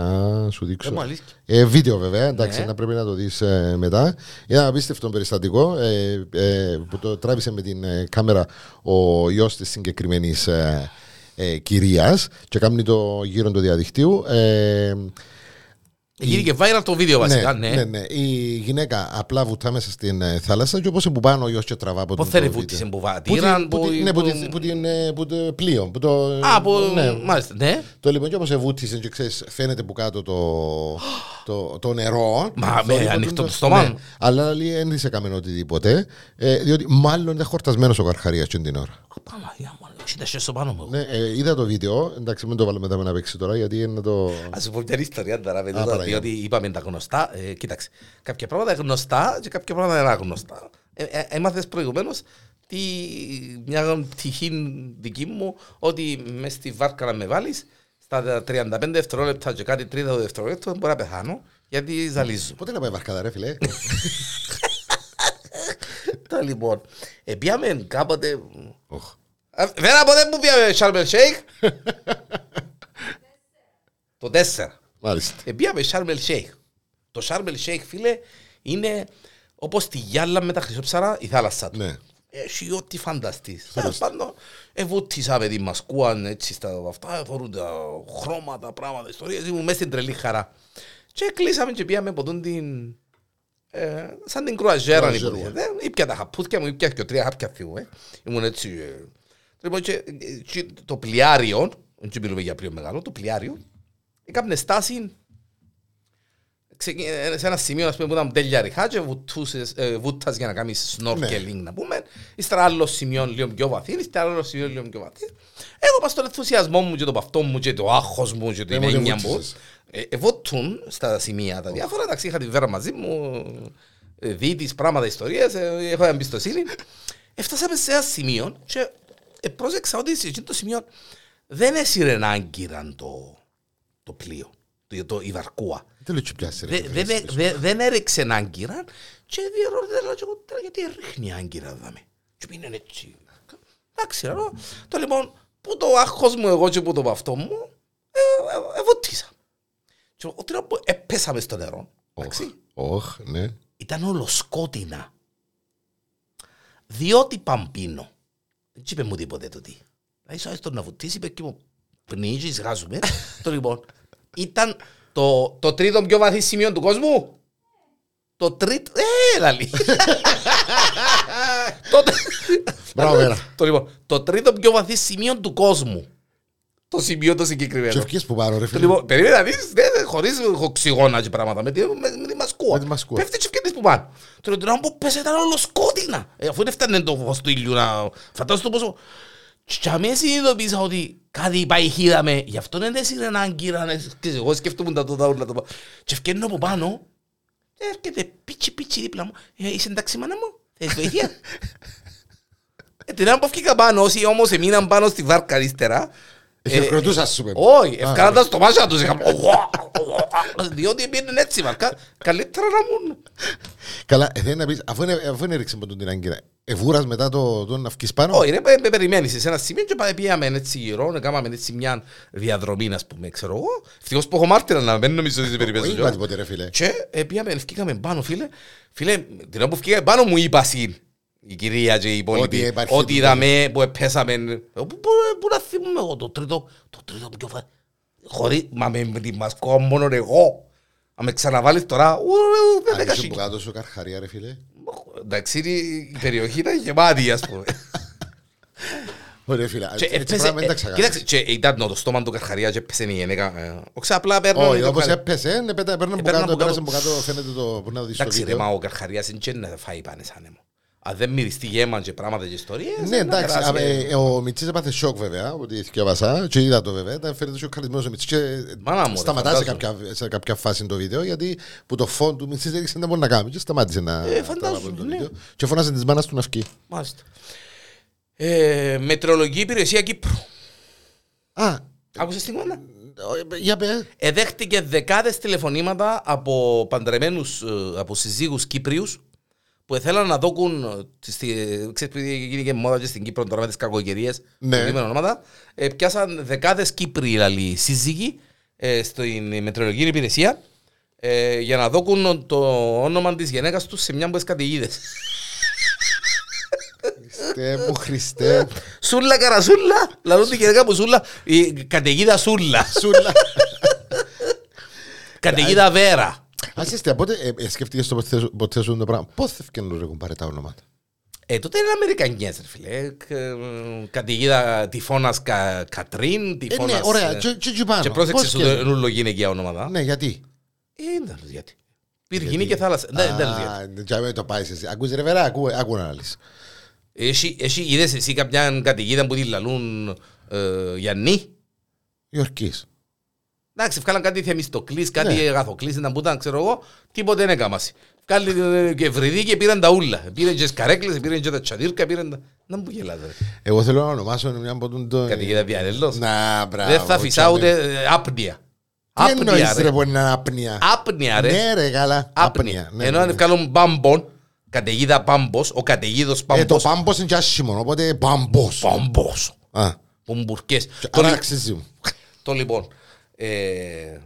Α, σου Δεν δείξω. μου αλήθεια. Ε, βίντεο βέβαια, εντάξει, Ναι. να πρέπει να το δεις ε, μετά. Ήταν ένα απίστευτο περιστατικό ε, ε, που το τράβησε με την ε, κάμερα ο γιος της συγκεκριμένης ε, ε, κυρίας και κάνει το γύρο του διαδικτύου. Ε, Γύρηκε viral το βίντεο βασικά, ναι. ναι, ναι. Η γυναίκα απλά βουτά μέσα στην ε, θάλασσα και όπως που πάνω ο γιος και τραβά από Πώς τον θέλει το βούτησε, βίντεο. που Που την- βάτηραν, που που... την- ναι, που την- που την, ε, που το πλοίο. που το- Α, που... ναι. Μάλιστα, ναι. Το λοιπόν και όπως εβούτησε και ξέρεις, φαίνεται που κάτω το, το, το νερό. Μα, Αυτό, με λοιπόν, ανοιχτό το- το στόμα. ναι. Αλλά λέει δεν είσαι καμένο οτιδήποτε, ε, διότι μάλλον ήταν χορτασμένος ο Καρχαρίας την ώρα. Α, Παναγιά μου, αλλά όχι, τα χέρια πάνω μου. Ναι, ε, είδα το βίντεο, εντάξει μην το βάλουμε μετά να παίξει τώρα γιατί είναι να το... Ας σου πω μια ιστορία τώρα, Α, παιδιά, παραγιά. διότι είπαμε τα γνωστά. Ε, κοίταξε, κάποια πράγματα είναι γνωστά και κάποια πράγματα είναι άγνωστα. Ε, ε, Έμαθες προηγουμένως τι, μια τυχή δική μου ότι μες στη βάρκα να με βάλεις στα 35 δευτερόλεπτα και κάτι τρίτο δευτερόλεπτο μπορεί να πεθάνω γιατί ζαλίζω. Πότε να πάει βαρκάδα ρε (laughs) φίλε. Τα λοιπόν, ε, πιάμε κάποτε. Οχ. Α, Βέρα, Ε, ποτέ που πιάμε, Σάρμελ Σέικ. (laughs) Το 4. Μάλιστα. Επίαμε Σάρμελ Σέιχ. Το Σάρμελ Σέιχ, φίλε, είναι όπως τη γυάλα με τα χρυσόψαρα η θάλασσα του. Ναι. Έχει ό,τι φανταστείς. Τέλος πάντων, εβούτησα παιδί μας, κούαν έτσι στα αυτά, φορούν τα χρώματα, πράγματα, ιστορίες. Ήμουν μέσα στην τρελή χαρά. Και κλείσαμε και πήγαμε από τούν την. Ε, σαν την κρουαζέρα, Κρουαζέρα. υποτίθεται. Ήπια τα χαπούθια μου, ήπια και τρία χάπια θεού. Ε. Ήμουν έτσι. Ε. Λοιπόν, και, ε, και το πλοιάριο, δεν μιλούμε για πλοίο μεγάλο, το πλοιάριο, έκανε στάση ξεκίνησε ε, σε ένα σημείο ας πούμε, που ήταν τέλεια ριχά και βουτούσες, ε, βούτας για να κάνεις snorkeling να πούμε. Ύστερα άλλο σημείο λίγο πιο βαθύς, ύστερα άλλο σημείο λίγο πιο βαθύς. Εγώ πας στον ενθουσιασμό μου και τον παυτό μου και το άγχος μου και την Ε, μόνο έννοια μου. βούτησες. Ε, ε, βούτουν στα σημεία τα διάφορα, εντάξει είχα τη βέρα μαζί μου, ε, διήτης, πράγματα, ιστορίες, ε, έχω εμπιστοσύνη. Έφτασαμε σε ένα σημείο και ε, πρόσεξα ότι σε εκείνο το σημείο δεν έσυρε να άγκυραν το, το πλοίο, το, το, η βαρκούα. Τι λέω και πιάσε ρε. Δε- φίλε, δεν έ- δε- Δεν έριξε άγκυρα και διερωτήθηκα και εγώ «Τώρα γιατί ρίχνει άγκυρα δάμε. Και πήγαινε έτσι. Εντάξει, ρε. ρο. Το λοιπόν, που το άγχος μου εγώ και που το παυτό μου, ε, ε, ε, βουτήσα. Και ο τρόπο που έπεσαμε στο νερό, εντάξει, Οχ, ναι. ήταν όλο σκότεινα. Διότι παμπίνω. Δεν τσίπε μου τίποτε το τι. Δηλαδή, σαν τον να βουτήσει, είπε και μου πνίγεις, γάζουμε. το λοιπόν, ήταν το, το τρίτο πιο βαθύ σημείο του κόσμου. Το τρίτο, ε, λαλή. το, Μπράβο, Βέρα. (laughs) το, λοιπόν, το τρίτο πιο βαθύ σημείο του κόσμου. Το σημείο το συγκεκριμένο. Και ευκείς που πάρω ρε Το φίλε. λοιπόν, περίμενα να δεις, ναι, ναι, χωρίς οξυγόνα και πράγματα, με τη, με, με τη μασκούα. Με τη μασκούα. Πέφτει και φτιάχνεις που πάνε. Του λέω, τώρα που πέσε ήταν όλο σκότεινα. Ε, αφού δεν φτάνε το φως του ήλιου να... Φαντάζομαι το πόσο... Και αμέ συνειδητοποίησα ότι κάτι πάει χείρα με. Γι' αυτό δεν έσυρε έναν κύρα. ναι. Ξέρεις, Εγώ σκεφτόμουν τα τούτα όλα. τα πα- Και ευκαινώ από πάνω. Έρχεται πίτσι πίτσι δίπλα μου. «Ε, Είσαι εντάξει μάνα μου. Θες (laughs) βοήθεια. Ε, Την ώρα που έφυγα πάνω, όσοι όμως εμείναν πάνω στη βάρκα αριστερά, Χειροκροτούσα σου παιδί. ε, όχι, ευκάλα τα στομάσια τους είχα Διότι πήγαινε έτσι μαρκά Καλύτερα να μου Καλά, ε, θέλει να πεις, αφού είναι- αφού είναι έριξε με τον την άγκυρα, εβούρας μετά το, τον να φκεις πάνω. Όχι ρε, με- με περιμένεις σε ένα σημείο και πάμε πήγαμε έτσι γύρω Κάμαμε έτσι μια διαδρομή να πούμε ξέρω εγώ Ευτυχώς που έχω μάρτυρα να μην νομίζω ότι σε Όχι, περιπέζω είπα κιόλας. τίποτε ρε φίλε. Και ε, πήγαμε, ευκήκαμε πάνω φίλε Φίλε, την ώρα που ευκήκαμε πάνω μου είπα συν η κυρία και οι Ότι υπόλοιποι, υπάρχει ότι τίποτα. είδαμε που επέσαμε. Ε, Πού πού- πού να θυμούμαι εγώ το τρίτο, το τρίτο πιο φα... Χωρίς, μα με με τη μασκό μόνο εγώ. Αν με ξαναβάλεις τώρα, ου, ου, δεν Αν με είσαι κασί. που κάτω σου καρχαρία ρε φίλε. Εντάξει, είναι η η περιοχή ήταν γεμάτη, ας (laughs) πούμε. Ωραία ρε φίλε, Και έτσι έπεσε- πράγμα δεν τα ε, ξαγάμε. Κοίταξε, και ήταν το στόμα του Καρχαριά και έπεσε η γενέκα. ε, Όχι, απλά παίρνω... Όχι, το όπως Καρχαριά. έπεσε, ναι, πέτα- παίρνω από Έπαιρνα κάτω, από κάτω. πέρασε από κάτω, φαίνεται το, μπορεί να δεις το Εντάξει ρε, βίντεο. μα ο Καρχαριάς είναι και να φάει πάνε σαν αίμα. Αν δεν μυριστεί γέμα και πράγματα και ιστορίες... να Ναι, εντάξει, περάσει. α, ε, ο Μιτσής έπαθε σοκ βέβαια, ότι θυκεύασα και είδα το βέβαια, ήταν φέρεται σοκ καλισμένος ο Μιτσής και Μάνα μου, ρε, σταματά σε φαντάζομαι. κάποια, σε κάποια φάση το βίντεο, γιατί που το φόν του Μιτσής έριξε να μπορεί να κάνει και σταμάτησε να Ε, φαντάζομαι, παραπονεί το ναι. βίντεο. και φώνασε της μάνας του να φκεί. Μάλιστα. Ε, μετρολογική υπηρεσία Κύπρου. Ε, Α, Άκουσες την κουβέντα. ε, για πέ, Εδέχτηκε δεκάδες τηλεφωνήματα από παντρεμένους, ε, από συζύγους Κύπριους που ήθελαν να δώκουν, ε, στη, ξέρεις που γίνηκε μόδα και στην Κύπρο τώρα με τις κακογερίες, Ναι. που δίνουμε ονόματα, ε, πιάσαν δεκάδες Κύπριοι λαλή, σύζυγοι ε, στην μετρολογική υπηρεσία ε, για να δώκουν το όνομα της γυναίκας τους σε μια από τις καταιγίδες. Χριστέ μου, Χριστέ, Σούλα καρασούλα, λαλούν τη γυναίκα που σούλα, η καταιγίδα σούλα. σούλα. Καταιγίδα Βέρα. Ας είστε, πότε ε, ε, σκέφτηκες το ποτέ σου- ποτέ σου το πράγμα. Πώς θα ευκαινούν ρε κουμπάρε τα ονόματα. Ε, τότε είναι Αμερικανιές, ρε φίλε. Ε, ε, Καταιγίδα τυφώνας Κα- Κατρίν, Ε, ναι, τυφώνας... ωραία, ε, και και εκεί πάνω. Και Πώς πρόσεξε σου σκέφτεσαι. δεν ούλο γυναικεία ονόματα. Ναι, γιατί. Ε, δεν τα λέω γιατί. Πυργινή και θάλασσα. Ναι, Δεν δεν τα λέω γιατί. Α, τζα, με το πάεις εσύ. Ακούς ρε βερά, ακούω, άκου να λύσεις. Έχει, έχει, είδες εσύ κάποια καταιγίδα που τη λαλούν ε, Γιάννη. Ιορκής. Εντάξει, βγάλαν κάτι θεμιστοκλής, κάτι Ναι. ναι. αγαθοκλής, ήταν που ήταν, ξέρω εγώ, τίποτε δεν έκαμα. Βγάλει την ε, και βρυδί και πήραν τα ούλα. Πήραν και τις καρέκλες, πήραν και τα τσαδίρκα, πήραν τα... Να μου γελάς, ρε. Εγώ θέλω να ονομάσω μια από τον... το- Καταιγίδα Βιαρελός. Να, μπράβο. Δεν θα φυσά Τζαμί. ούτε ε, άπνοια. Τι εννοείς Άπνοια, ρε ρε. που είναι άπνοια. Άπνοια, ρε. Ναι ρε καλά. Άπνοια. ναι, Ενώ ναι, αν ναι. βγάλουν μπάμπον, καταιγίδα πάμπος, ο καταιγίδος Ε, το πάμπος, πάμπος είναι και άσχημο, οπότε πάμπος. πάμπος, Α, πομπουρκές. Το Άρα λι- αξίζει μου. Το λοιπόν, ε,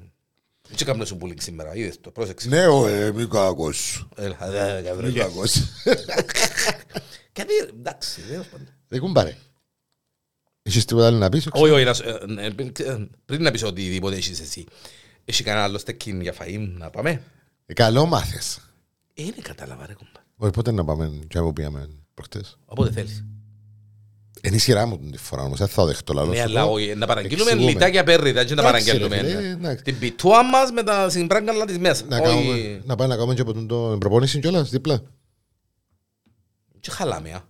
δεν σε κάμουν σου πολύ σήμερα, είδες το, πρόσεξε. Ναι, ο, ε, μη κακός. Έλα, δεν κάνω Μη λόγια. κακός. Κάτι, εντάξει, δεν πάντα. Ρε Ε, κουμπάρε. Έχεις τίποτα άλλο να πεις. όχι? Όχι, όχι, να σου- ε, ε, πριν- ε, πριν να πεις οτιδήποτε έχεις εσύ, έχει κανένα άλλο στεκίν για φαΐν να πάμε. Ε, Καλό μάθες. Ε, Είναι κατάλαβα ρε κομπά. Όχι, πότε να πάμε και που πήγαμε προχτές. Όποτε θέλεις. Είναι η σειρά μου την φορά όμως, δεν θα δεχτώ λαλό. Ναι, σου αλλά πω. όχι, να παραγγείλουμε Εξηγούμε. λιτάκια πέρριτα και να Εντάξει, ρε, παραγγείλουμε. φίλε, ναι. εντάξει. Την πιτούα μας με τα συμπράγκαλα της μέσας. Να, Όχι, κάνουμε, να πάμε να κάνουμε και από τον το- προπόνηση κιόλας, δίπλα. και χαλάμε, α.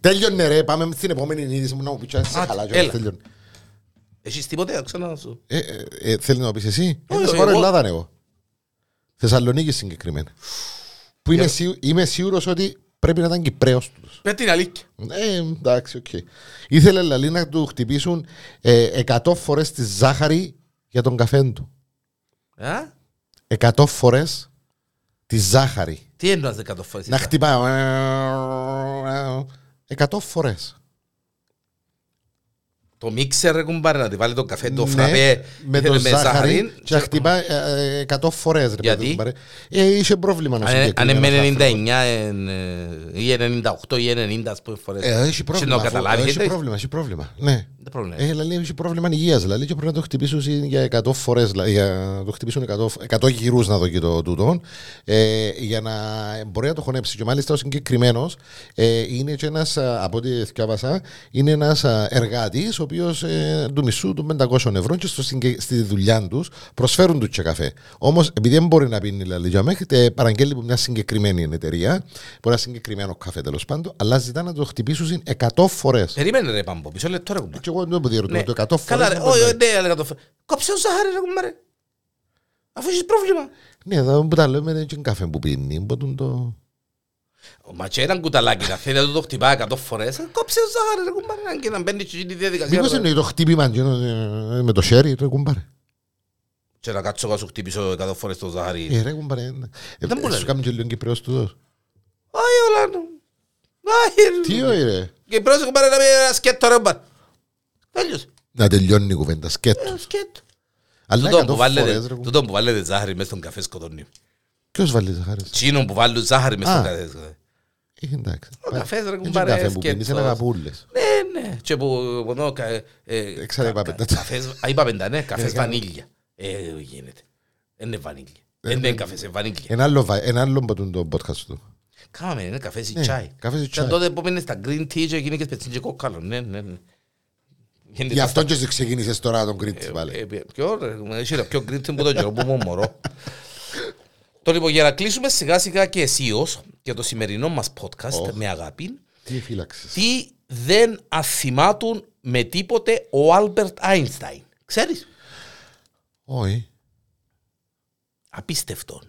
Τέλειωνε ρε, πάμε στην επόμενη είδηση μου να μου πεις «Ας, σε Α, χαλά έλα. κιόλας, τέλειωνε. Έχεις τίποτε, ξανά σου. Ε, ε, ε, Θέλεις να το πεις εσύ. Όχι, Ε, όχι, Θα πάρω εγώ- Ελλάδα εγώ. Θεσσαλονίκη συγκεκριμένα. Που είμαι, Για- σίγου- είμαι σίγουρος ότι πρέπει να ήταν Κυπρέος τους. Πες την αλήθεια. Ε, εντάξει, οκ. Ήθελε λαλή να του χτυπήσουν ε, 100 φορές τη ζάχαρη για τον καφέ του. Α, 100 φορές τη ζάχαρη. Τι εννοάς δεκατό φορές. Να εσύ, α? χτυπάω. 100 φορές. Το μίξερ ρε κουμπάρε να τη βάλει το καφέ, το Ναι, φραπέ ε, με το ζάχαρη και να χτυπάει ε, ε, 100 φορές. ρε, Γιατί? παιδί μου, παρέ. Ε, είχε πρόβλημα να Αν είναι- Αν συγκεκριμένος είναι άνθρωπος. 99 εν, ε, ή 98 ή 90 ας πούμε φορές. Ε, έχει να πρόβλημα. το αφού- καταλάβει. Έχει εντάξει. πρόβλημα, έχει πρόβλημα. Ναι. Δεν πρόβλημα. Ε, λέει, έχει πρόβλημα υγείας. Λέει, και πρέπει να το χτυπήσουν συν για 100 φορέ. Για να το χτυπήσουν 100, 100 γυρούς να δω και το τούτον. Ε, για να μπορεί να το χωνέψει. Και μάλιστα ο συγκεκριμένος ε, είναι και ένας, από ό,τι διάβασα, είναι ένας εργάτης, ο οποίος ε, του μισού των 500 ευρώ και στο, συγκε- στη δουλειά τους προσφέρουν του και καφέ. Όμως, επειδή δεν μπορεί να πίνει λαλίτια μέχρι, ε, παραγγέλνει από μια συγκεκριμένη εταιρεία, από ένα συγκεκριμένο καφέ τέλος πάντων, αλλά ζητά να το χτυπήσουν 100 φορέ. Περίμενε ρε Πάμπο, πίσω λεπτό ρε κουμπάρε. Και εγώ δεν μου διερωτώ Ναι. το 100 φορές. Καλά ρε, όχι, όχι, ναι, αλλά 100 φορές. Κόψε το ζάχαρη ρε κουμπάρε. Αφού έχεις πρόβλημα. Ναι, εδώ που τα λέμε είναι και καφέ που πίνει. Μπορούν το... Ο Ματσέ έναν κουταλάκι να θέλει να του το χτυπάει 100 φορές. ε, Κόψε το ζάχαρη ρε κουμπάρε και να μπαίνει και εκείνη τη διαδικασία. Μήπως ρε. εννοεί το χτύπημα ε, ε, με το χέρι, το κουμπάρε. Και να κάτσω να σου χτυπήσω 100 φορές το ζάχαρη. Ε, ρε κουμπάρε. ε, ε, ναι. Δεν μπορεί. Σου κάνει και λίγο Κυπρέος του δώσ. Άι όλα. Άι, Τι ωραίο, ρε. Και πρόσεχε πάρε να μην ένα σκέτο ρε μπαρ. Τέλειωσε. Να τελειώνει η κουβέντα, σκέτο. Ένα Ε, σκέτο. Αλλά Τούτο που 100 φορές, βάλετε- ρε κουμπάρε. Τούτο που βάλετε ζάχαρη μες στον καφέ σκοτώνει. Ποιος βάλει ζαχάρες. Τσίνο που βάλουν ζάχαρη μες Α. στον καφέ σκοτώνει. Ε, Εντάξει. Ο καφές, ρε Είναι και κουμπάρε, καφέ που πίνεις, είναι σκέτος. αγαπούλες. Ναι, ναι. Και που πονώ... κα- ε, Έξαρα κα- είπα κα- πέντα. καφές- Α, είπα πέντα, ναι. Καφές Ε, κάνω- βανίλια. Ε, δεν γίνεται. Δεν είναι βανίλια. Ε, Δεν είναι καφές, είναι βανίλια. Ένα άλλο βα- Ένα άλλο από τον το podcast του. Κάμαμε, είναι καφές ή Ναι, τσάι. καφές ή Ήταν τσάι. τότε που πήγαινε στα green tea και γίνηκες πετσίν και κόκκαλο. Ναι, ναι, ναι. Γίνεται Γι' αυτό και ξεκίνησες τώρα τον Κρήτη, βάλε. Ε, Ποιο, ρε, εσύ ρε, πιο γκρίντσιν που το καιρό που ήμουν μωρό. Το λοιπόν, για να κλείσουμε σιγά σιγά και αισίως για το σημερινό μας podcast Ωχ. με αγάπη. Τι φύλαξες. Τι δεν αθυμάτουν με τίποτε ο Άλμπερτ Άινσταϊν. Ξέρεις, Όχι. απίστευτο.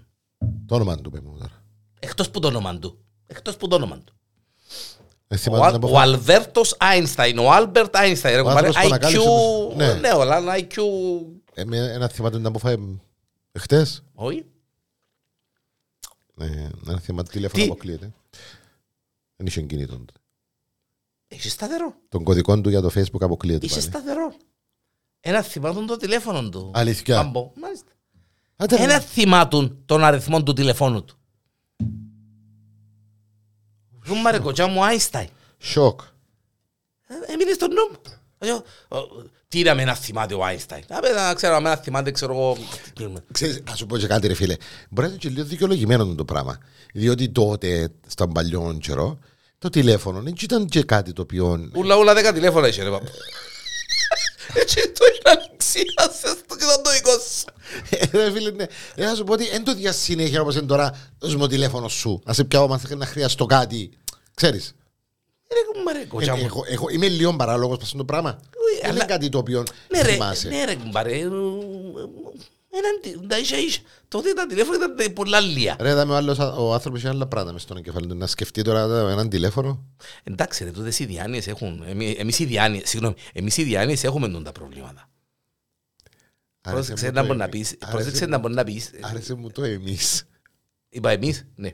Το όνομα του πέμουν τώρα. Εκτός που το όνομα του. Εκτός που το όνομα του. Ε, Ο, θυμάται Αλ- να πω- ο Αλβέρτος Άινσταϊν, ο Άλμπερτ Άινσταϊν. ρε, κουμπάρε, άνθρωπος που IQ, ανακάλυψε τους- ναι. ναι, όλα, ένα IQ, Ε, με- Ένα θυμάται να αποφάει χτες. όχι. Ναι, ένα θέμα τηλέφωνο Τι? αποκλείεται. Δεν είχε κινητό. του. Έχει σταθερό, Τον κωδικό του για το facebook αποκλείεται. είσαι πάλι. σταθερό. Ένα θυμάτων το τηλέφωνο του. Αλήθεια. Πάμπο, μάλιστα. Άντε, ρε. ένα θυμάτουν των αριθμών του τηλεφώνου του. Ρούμαρε κοτσιά μου Άινσταϊν. Σοκ. Ε, Έμεινε στο νου μου. Ε, ο- Τι είδαμε να θυμάται ο Άινσταϊν. Να πες, να ξέρω, να θυμάται, ξέρω εγώ. Ξέρεις, ας σου πω και κάτι ρε φίλε. Μπορεί να είναι και λίγο δικαιολογημένο το πράγμα. Διότι τότε, στον παλιόν καιρό, το τηλέφωνο δεν ήταν και κάτι το οποίο... (laughs) Ούλα, ούλα, δέκα τηλέφωνα είσαι, ρε παππού. (laughs) Έτσι το αναξίασες το και ήταν το δικό σου. Ε, ρε φίλε, ναι. Ε, να σου πω ότι εν το διας συνέχεια όπως είναι τώρα, δώσ' μου το τηλέφωνο σου. Να σε πιάω, μαθα- να χρειαστώ κάτι. Ξέρεις. Ρε κουμπάρε, κοτσιά Ε, μου. εγώ- εγώ είμαι λίγο παράλογος πάνω στο πράγμα. Ε, Δεν είναι αλλά- κάτι το οποίο Ναι ρε, θυμάσαι. ναι ρε κουμπάρε. ε, ε, ε, έναν τι- τα ίσια ίσια. Τότε τα τηλέφωνα ήταν πολλά λία. Ρε, είδαμε ο άλλος, ο άνθρωπος είχε άλλα πράγματα μες στον εγκεφάλι του. Να σκεφτεί τώρα ε, έναν τηλέφωνο. Εντάξει ρε, τούτες οι διάνοιες έχουν. εμεί- Εμείς οι διάνοιες, συγγνώμη, εμείς οι διάνοιες έχουμε τούν τα προβλήματα. Άρεσε Πρόσεξε να μου το μπορεί να εμείς. πεις, Άρεσε πρόσεξε μου- να μπορεί να πεις. ε, Άρεσε μου το εμείς. Είπα εμείς, ναι.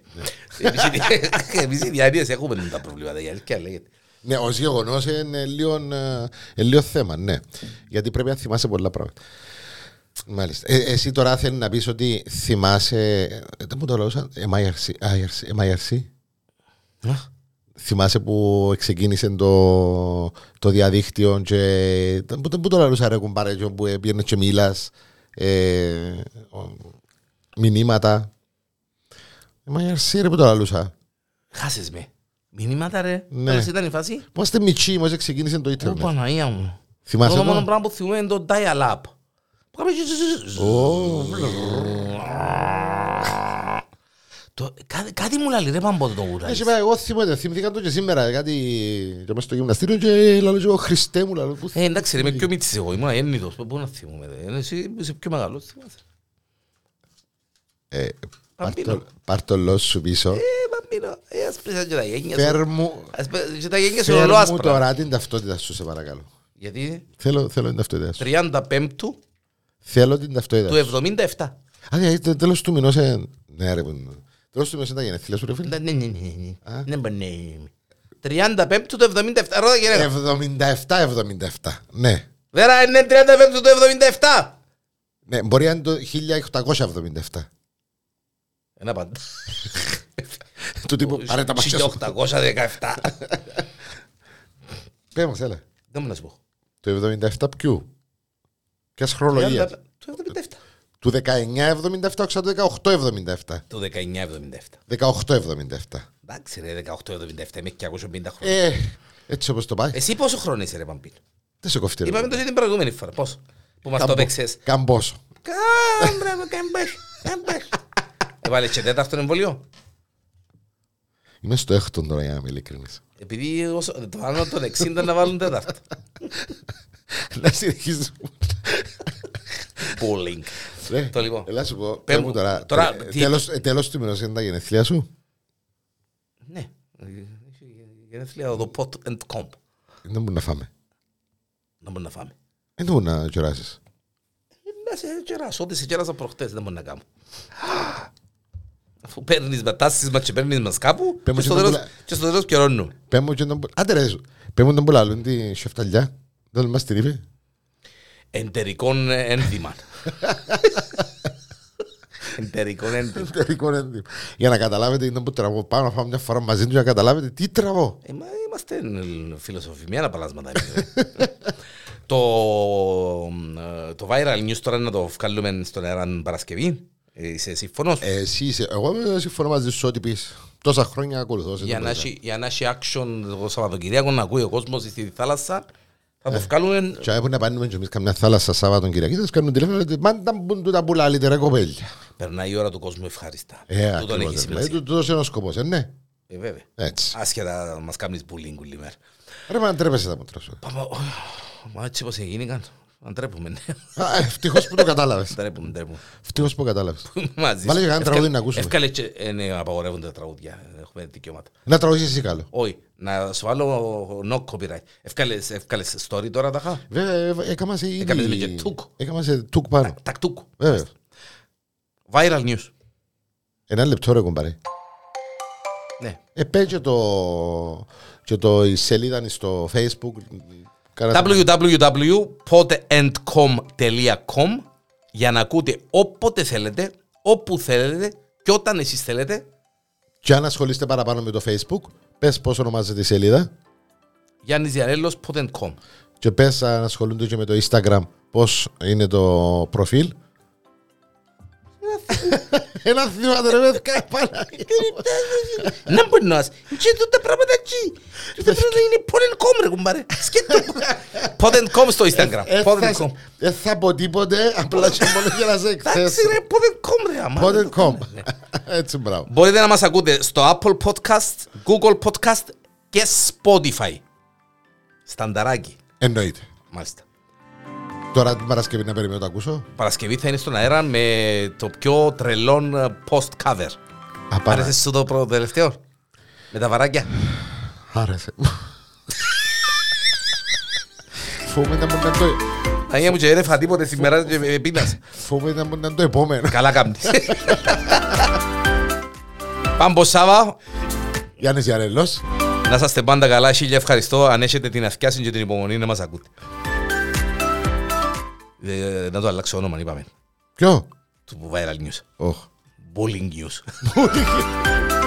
Εμείς οι (laughs) δι- Εμείς οι διάνοιες έχουμε τούν τα προβλήματα, η αλήθεια λέγεται. Ναι, ω γεγονό είναι λίγο, ε, ε, λίγο θέμα, ναι. Γιατί πρέπει να θυμάσαι πολλά πράγματα. Μάλιστα. Ε, εσύ τώρα θέλει να πει ότι θυμάσαι. ε, Δεν μου το λέω σαν. MIRC. IRC, MIRC. Θυμάσαι που ξεκίνησε το, το διαδίκτυο και δεν μου- δεν μου το λαλούσα ρε κουμπάρε και που ε, πήγαινε και μίλας ε, ο- μηνύματα Ε, MIRC ρε που το λαλούσα Χάσες με. Μηνύματα ρε. Ναι. Πώς ήταν η φάση. Που είμαστε μητσί μόλις ξεκίνησε το Ω ίντερνετ Παναγία μου. Θυμάσαι Το μόνο το? πράγμα που θυμούμαι είναι το dial-up. Που κάνουμε ζζζζ. Ω, Το- κάτι- Κάτι μου λέει ρε παμπότο το γουράζει. Έχει πάει, εγώ θυμόμαι, θυμηθήκα το και σήμερα, κάτι και μες στο γυμναστήριο και λαλώ και εγώ Χριστέ μου, λαλώ που Ε, εντάξει ρε, είμαι πιο μύτης εγώ, ήμουν έννητος, πού να θυμούμαι ρε. Ε, Εσύ είσαι πιο μεγάλος, θυμάσαι. Παμπίνο. Πάρ' το λος Ε, σου πίσω, Ε, παμπίνο, ε, ας πεις και τα γένια σου. φέρ μου, Ας πεις και τα γένια σου φέρ όλο μου άσπρα. τώρα την ταυτότητα σου, σε παρακαλώ. Γιατί Θέλω, θέλω την ταυτότητα σου. 35 του Θέλω την ταυτότητα σου. 77. Α, δηλαδή, τε- τέλος του μηνός, ε, ναι ρε, που- τέλος του μηνός είναι τα γενέθλια σου ρε φίλε. Ναι, ναι, ναι, ναι, ναι. Ναι, ναι, ναι. 35 του 77. Ρώτα Ε. γενέρα. 77, 77, ναι. Βέρα ε, είναι 35 του 77. Ναι, μπορεί να είναι το 1877. Ένα πάντα. Του τύπου, άρε τα μάτια σου. 1817. Πες μας, έλα. Δεν μου να σου πω. Το 77 ποιου. Ποιας χρονολογίας. Του 77. Του 1977 όχι σαν το 1877. Του 1977. 1877. Εντάξει ρε, 1877. Είμαι και 250 χρόνια. Ε, έτσι όπως το πάει. Εσύ πόσο χρόνο είσαι ρε Παμπίλο. Δεν σε κοφτεί. ρε. Ε, Είπαμε το και την προηγούμενη φορά. Πόσο. Που μας το Καμπο- παίξες. Καμπόσο. Κάμπρα μου, καμπέχ. Καμπέχ. Έβαλες και τέταρτο εμβολίο. Είμαι στο έκτον τώρα για να (laughs) είμαι ειλικρινής. Επειδή όσο- το άνω των 60 να βάλουν τέταρτο. Να συνεχίσουμε. Bowling. Ρε, Το λοιπόν. Ελά σου πω. Πες Πες μου, μου τώρα. τώρα, τε- τι- τέλος- ε, Τέλος του μηνός είναι τα γενεθλιά σου. Ναι. Γενέθλια το pot and comp. Ε, Δεν μπορούμε να φάμε. Ε, Να μπορούμε να φάμε. Δεν μπορούμε να κεράσεις. Ε, Να σε κεράσω, ό,τι σε κέρασα προχτές δεν μπορώ να κάνω. Αφού παίρνεις με τάσεις μας και παίρνεις μας κάπου Πες μου και στο τι να τέλος- πουλά- και στο τέλος καιρώνουμε. Πες μου και τον πουλ- Άντε ρε σου. Πες μου τον πουλαλούν τη σεφταλιά. Δεν μας την είπε. Εντερικών ε, ένδυμα. Εντερικών ένδυμα. (laughs) Τελικό ρέντι. Για να καταλάβετε, ήταν που τραβώ πάνω να φάω μια φορά μαζί τους για να καταλάβετε τι τραβώ. Ε, μα είμαστε φιλοσοφημένα παλάσματα. εμείς, ρε. το, ε, το viral news τώρα να το βγάλουμε στον αέρα την Παρασκευή. Ε, Είσαι σύμφωνος. Ε, Εσύ είσαι. Εγώ δεν συμφωνώ μαζί σου ό,τι πεις. Τόσα χρόνια ακολουθώ. σε για, το να πράγμα. έχει, για να έχει action το Σαββατοκυριακό να ακούει ο κόσμος στη θάλασσα. Θα το βγάλουμε Και που να πάνουμε και εμείς καμιά θάλασσα Σάββατον Κυριακή, θα σας κάνουν τηλέφωνο λέτε «Μάντα μπουν τούτα που λαλείτε ρε κοπέλια». Περνάει η ώρα του κόσμου ευχάριστα. Ε, Τούτον ακριβώς. έχει δηλαδή, σημασία. τού- τούτος είναι ο σκοπός, ε, ναι. Ε, βέβαια. Έτσι. Άσχετα μας κάνεις bullying όλη μέρα. Ρε μα ντρέπεσαι τα μούτρα σου. Πάμε, ω, μα έτσι πως έγινηκαν. Αν τρέπουμε, ναι. Α, ε, Ευτυχώς που το κατάλαβες. Τρέπουμε, τρέπουμε. Ευτυχώς που κατάλαβες. Μαζί. Βάλε και σου. κανένα τραγούδι να Εύκαλε- ακούσουμε. εύκαλε και- ε, ναι, απαγορεύονται τα τραγούδια. Έχουμε δικαιώματα. Να τραγουδήσεις εσύ καλό. Όχι, να σου βάλω no copyright. Εύκαλες, εύκαλες story τώρα τα χα. Βέβαια, ε, έκαμα σε ήδη- Έκαμες λίγο και τουκ. Έκαμα σε τουκ πάνω. Ναι, Τακτούκ. Βέβαια. Viral news. Ένα λεπτό ρε κομπάρε. Ναι. Επέ και το, και το η σελίδα στο facebook. Κάνα- www.potentcom.com για να ακούτε όποτε θέλετε, όπου θέλετε και όταν εσείς θέλετε Και αν ασχολείστε παραπάνω με το facebook, πες πώς ονομάζεται η σελίδα. Γιάννης Διαρέλος Potentcom και πες να ασχολούνται και με το Instagram πώς είναι το προφίλ. Ένα θύμα ρε παιδιά, πάρα. Να μπορνάς, και τούτα πράγματα εκεί. Τούτα πράγματα είναι πόδεν.com ρε κουμπάρε. (laughs) Σκέτο. Πόδεν.com στο Instagram. Πόδεν.com. Δεν Ε, θα πω τίποτε, απλά και μόνο για να Εντάξει σε εκθέσω. ρε, πόδεν.com ρε άμα. Πότε.com. Έτσι μπράβο. Μπορείτε να μας ακούτε στο Apple Podcast, Google Podcast και Spotify. Στανταράκι. Εννοείται. Μάλιστα. Τώρα την Παρασκευή να περιμένω να το ακούσω. Παρασκευή θα είναι στον αέρα με το πιο τρελό post cover. Απάρα- Άρεσε σου το πρώτο τελευταίο. Με τα βαράκια. Άρεσε. Φοβούμαι να μπορεί να το, Αγία μου και έρεφα τίποτε σήμερα και με πείνασε. φοβούμαι να μπορεί να το επόμενο. Καλά κάμπτης. Πάμπο Σάβα, Γιάννης Γιαρέλος. να είστε πάντα καλά. Χίλια ευχαριστώ. Αν έχετε την αυκιάση και την υπομονή να μας ακούτε. Ε, να το αλλάξω όνομα, είπαμε. Ποιο? Του viral news. Ωχ. Bullying news.